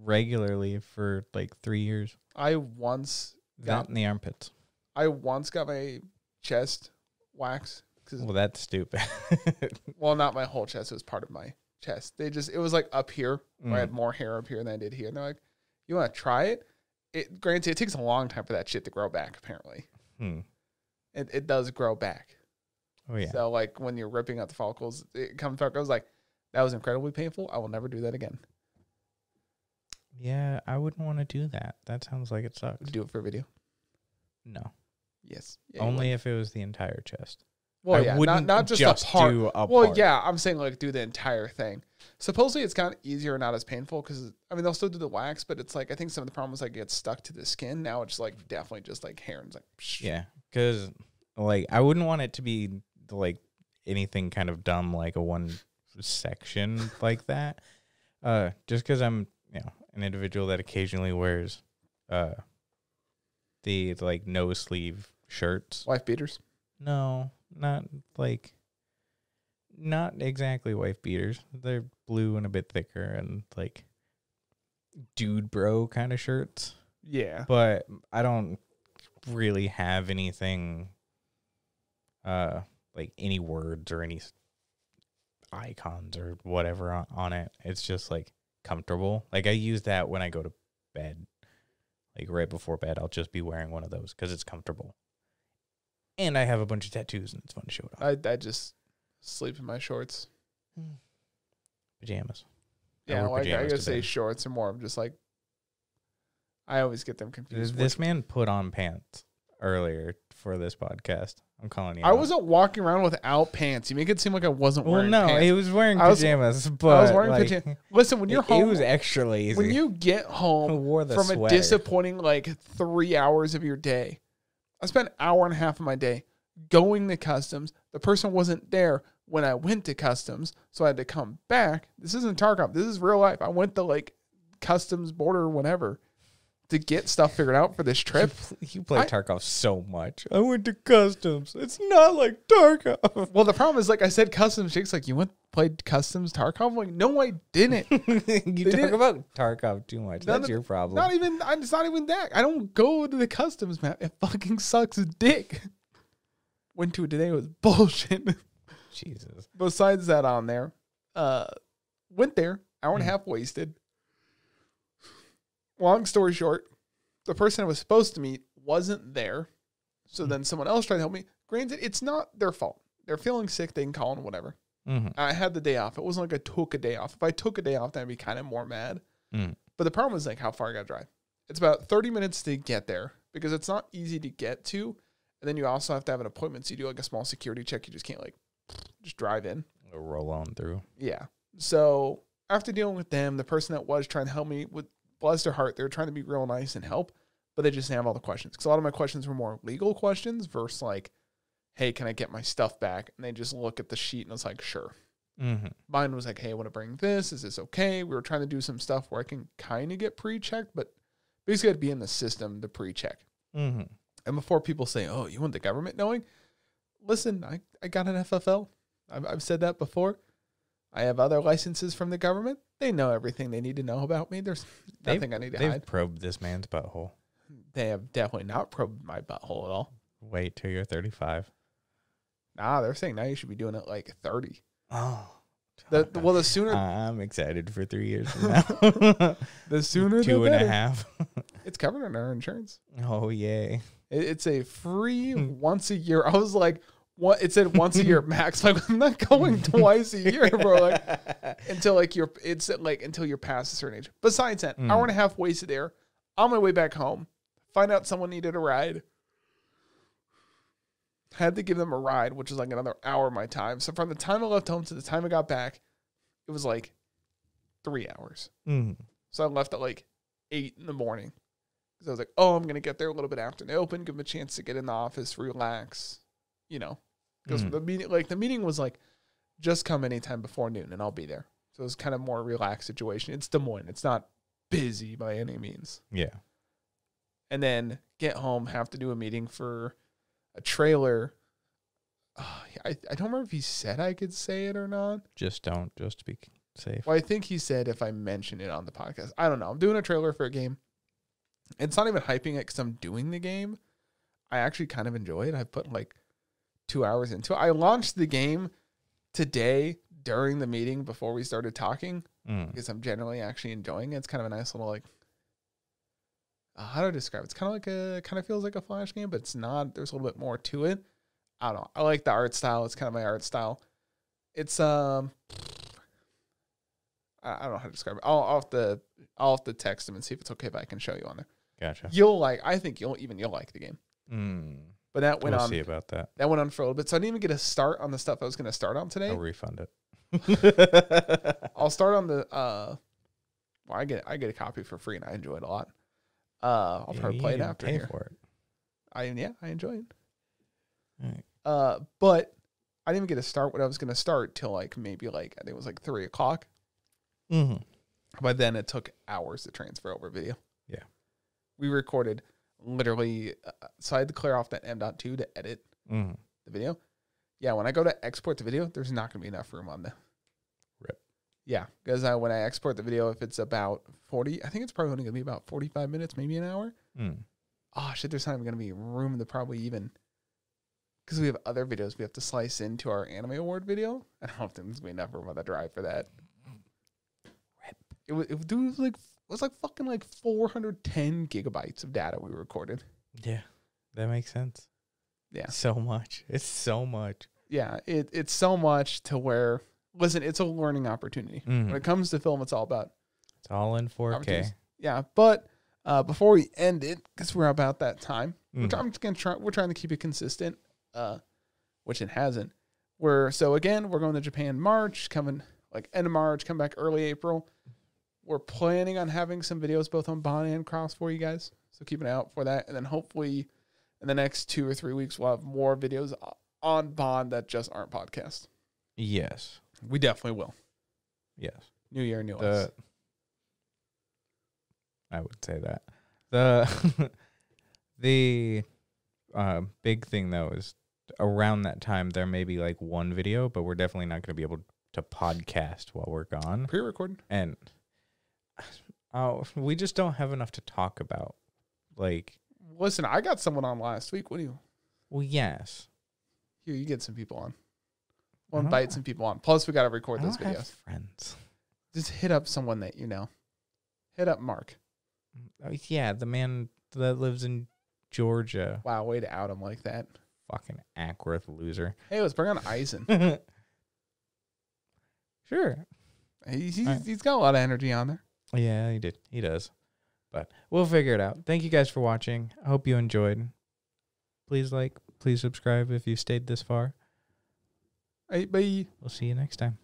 B: regularly for like three years.
A: I once
B: Not
A: got
B: in the armpits.
A: I once got my chest waxed because
B: Well, that's stupid.
A: well, not my whole chest. It was part of my chest. They just it was like up here. Where I had
B: Mm.
A: more hair up here than I did here. And they're like, "You want to try it?" It granted, it takes a long time for that shit to grow back. Apparently,
B: Hmm.
A: it it does grow back.
B: Oh yeah.
A: So like when you're ripping out the follicles, it comes back. I was like, "That was incredibly painful. I will never do that again."
B: Yeah, I wouldn't want to do that. That sounds like it sucks.
A: Do it for video.
B: No,
A: Yes. Yeah, you would.
B: only if it was the entire chest.
A: Well,
B: I
A: yeah, not
B: wouldn't
A: not just,
B: just
A: a part.
B: do a
A: well,
B: part.
A: yeah, I'm saying like do the entire thing. Supposedly, it's kind of easier and not as painful because I mean they'll still do the wax, but it's like I think some of the problem is like it gets stuck to the skin. Now it's like definitely just like hair and it's like psh.
B: Yeah, because like I wouldn't want it to be like anything kind of dumb like a one section like that. Uh, just because I'm you know an individual that occasionally wears uh the like no sleeve shirts.
A: wife beaters.
B: No, not like not exactly wife beaters. They're blue and a bit thicker and like dude bro kind of shirts.
A: Yeah,
B: But I don't really have anything uh like any words or any s- icons or whatever on, on it. It's just like comfortable. Like I use that when I go to bed. Like right before bed, I'll just be wearing one of those cuz it's comfortable. And I have a bunch of tattoos and it's fun to show it off.
A: I I just sleep in my shorts.
B: pajamas. I
A: Yeah,
B: wear
A: like I
B: pajamas
A: gotta
B: to
A: say
B: bed.
A: shorts are more. I'm just like, I always get them confused.
B: this
A: Which-
B: man put on pants earlier for this podcast. I'm calling you.
A: I
B: out.
A: wasn't walking around without pants. You make it seem like I wasn't
B: Well,
A: wearing
B: no,
A: pants.
B: he was wearing
A: I was-
B: pajamas, but
A: I was wearing
B: like,
A: pajamas. Listen, when you're
B: It, it
A: home,
B: was extra lazy.
A: when you get
B: I
A: home
B: wore the
A: from a
B: sweater.
A: disappointing like three hours of your day, I spent an hour and a half of my day going to customs. The person wasn't there when I went to customs, so I had to come back. This isn't Tarkov. This is real life. I went to like customs border, whatever, to get stuff figured out for this
B: you,
A: trip.
B: pl- you play
A: I-
B: Tarkov so much. I went to customs. It's not like Tarkov.
A: Well, the problem is, like I said, customs. Jake's like, you went played customs Tarkov. I'm like, no, I didn't.
B: you talk
A: didn't-
B: about Tarkov too much.
A: None
B: That's
A: of-
B: your problem.
A: Not even. I- It's not even that. I don't go to the customs map. It fucking sucks dick. Went to it today. It was bullshit.
B: Jesus.
A: Besides that, on there, uh, went there. Hour and a
B: Hmm.
A: half wasted. Long story short, the person I was supposed to meet wasn't there. So then someone else tried to help me. Granted, it's not their fault. They're feeling sick. They can call and whatever.
B: Mhm.
A: I had the day off. It wasn't like I took a day off. If I took a day off, then I'd be kind of more mad.
B: Mm.
A: But the problem is like how far I got to drive. It's about 30 minutes to get there because it's not easy to get to. And then you also have to have an appointment. So you do like a small security check. You just can't like just drive in.
B: Roll on through.
A: Yeah. So after dealing with them, the person that was trying to help me with bless their heart, they were trying to be real nice and help, but they just didn't have all the questions. Because a lot of my questions were more legal questions versus like, hey, can I get my stuff back? And they just look at the sheet and it's like, sure.
B: Mm-hmm.
A: Mine was like, hey, I want to bring this. Is this okay? We were trying to do some stuff where I can kind of get pre checked, but basically I'd be in the system to pre check.
B: Mm-hmm.
A: And before people say, oh, you want the government knowing, listen, I, I got an FFL. I've, I've said that before. I have other licenses from the government. They know everything they need to know about me. There's
B: They've-
A: nothing I need to
B: They've
A: hide.
B: probed this man's butthole.
A: They have definitely not probed my butthole at all.
B: Wait till you're 35.
A: Nah, they're saying now you should be doing it like 30.
B: Oh.
A: The, the- well, the sooner,
B: I'm excited for three years from now.
A: the sooner,
B: Two and a half.
A: better. It's covered under our insurance.
B: Oh yay!
A: It- It's a free
B: Hmm.
A: once a year. I was like, what? It said once a year max. Like I'm not going twice a year, bro. Like until like you're, it's like until you're past a certain age. Besides that, hour and a half wasted there. On my way back home, find out someone needed a ride. Had to give them a ride, which was like another hour of my time. So from the time I left home to the time I got back, it was like three hours.
B: Mm.
A: So I left at like eight in the morning because I was like, oh, I'm gonna get there a little bit after they open, give them a chance to get in the office, relax, you know. Because
B: Mhm.
A: the meeting, like the meeting was like just come anytime before noon and I'll be there. So it's kind of more relaxed situation. It's Des Moines. It's not busy by any means.
B: Yeah.
A: And then get home, have to do a meeting for a trailer. Ah, I, I don't remember if he said I could say it or not.
B: Just don't. Just to be safe.
A: Well, I think he said if I mention it on the podcast. I don't know. I'm doing a trailer for a game. It's not even hyping it because I'm doing the game. I actually kind of enjoy it. I put like two hours into it. I launched the game today during the meeting before we started talking
B: Mm.
A: because I'm generally actually enjoying it. It's kind of a nice little like. uh, how do I describe it? It's kind of like a kind of feels like a flash game, but it's not. There's a little bit more to it. I don't know. I like the art style. It's kind of my art style. It's um. I I don't know how to describe it. I'll, I'll have to I'll have to text him and see if it's okay if I can show you on there.
B: Gotcha.
A: You'll like. I think you'll even you'll like the game.
B: Mm.
A: But that went
B: We'll
A: on.
B: see about that.
A: That went on for a little bit, so I didn't even get a start on the stuff I was going to start on today.
B: I'll refund it.
A: I'll start on the uh well I get I get a copy for free and I enjoy it a lot. Uh I'll
B: Yeah,
A: probably
B: you
A: play it
B: didn't
A: after
B: pay
A: here.
B: For it.
A: I yeah, I enjoy it.
B: Alright.
A: Uh but I didn't even get to start what I was gonna start till like maybe like I think it was like three o'clock.
B: Mm-hmm.
A: But then it took hours to transfer over video.
B: Yeah.
A: We recorded literally uh, so I had to clear off that M dot two to edit
B: Mm-hmm.
A: the video. Yeah, when I go to export the video, there's not going to be enough room on the.
B: Rip.
A: Yeah, because I, when I export the video, if it's about 40, I think it's probably only going to be about 45 minutes, maybe an hour.
B: Mm.
A: Oh, shit, there's not even going to be room to probably even. Because we have other videos we have to slice into our anime award video. I don't think there's going to be enough room on the drive for that.
B: Rip.
A: It was, it was, dude, it was like. It was like fucking like 410 gigabytes of data we recorded.
B: Yeah. That makes sense.
A: Yeah.
B: So much. It's so much.
A: Yeah, it, it's so much to where, listen, it's a learning opportunity.
B: Mm.
A: When it comes to film, it's all about
B: It's all in 4K.
A: opportunities. Yeah, but uh, before we end it, because we're about that time,
B: Mm.
A: which I'm just gonna try. We're trying to keep it consistent, uh, which it hasn't. We're so again, we're going to Japan March, coming like end of March, come back early April. We're planning on having some videos both on Bond and Cross for you guys, so keep an eye out for that. And then hopefully, in the next two or three weeks, we'll have more videos o- on Bond that just aren't podcasts.
B: Yes.
A: We definitely will.
B: Yes.
A: New year, new us.
B: The I would say that. The the uh, big thing though is around that time there may be like one video, but we're definitely not going to be able to podcast while we're gone.
A: Pre-recorded.
B: and oh, we just don't have enough to talk about. Like,
A: Listen, I got someone on last week. What do you?
B: well, yes,
A: Here, you get some people on.
B: I
A: One
B: don't-
A: bite some people on. Plus, we got to record
B: Uh-huh. I
A: those
B: don't
A: videos.
B: have friends.
A: Just hit up someone that you know. Hit up Mark.
B: Oh, yeah, the man that lives in Georgia,
A: Wow, way to out him like that.
B: fucking Ackworth loser.
A: Hey, let's bring on Eisen.
B: sure.
A: he's, he's,
B: Alright.
A: he's got a lot of energy on there.
B: Yeah, he did. He does. But we'll figure it out. Thank you guys for watching. I hope you enjoyed. Please like, please subscribe if you stayed this far.
A: Hey, bye.
B: We'll see you next time.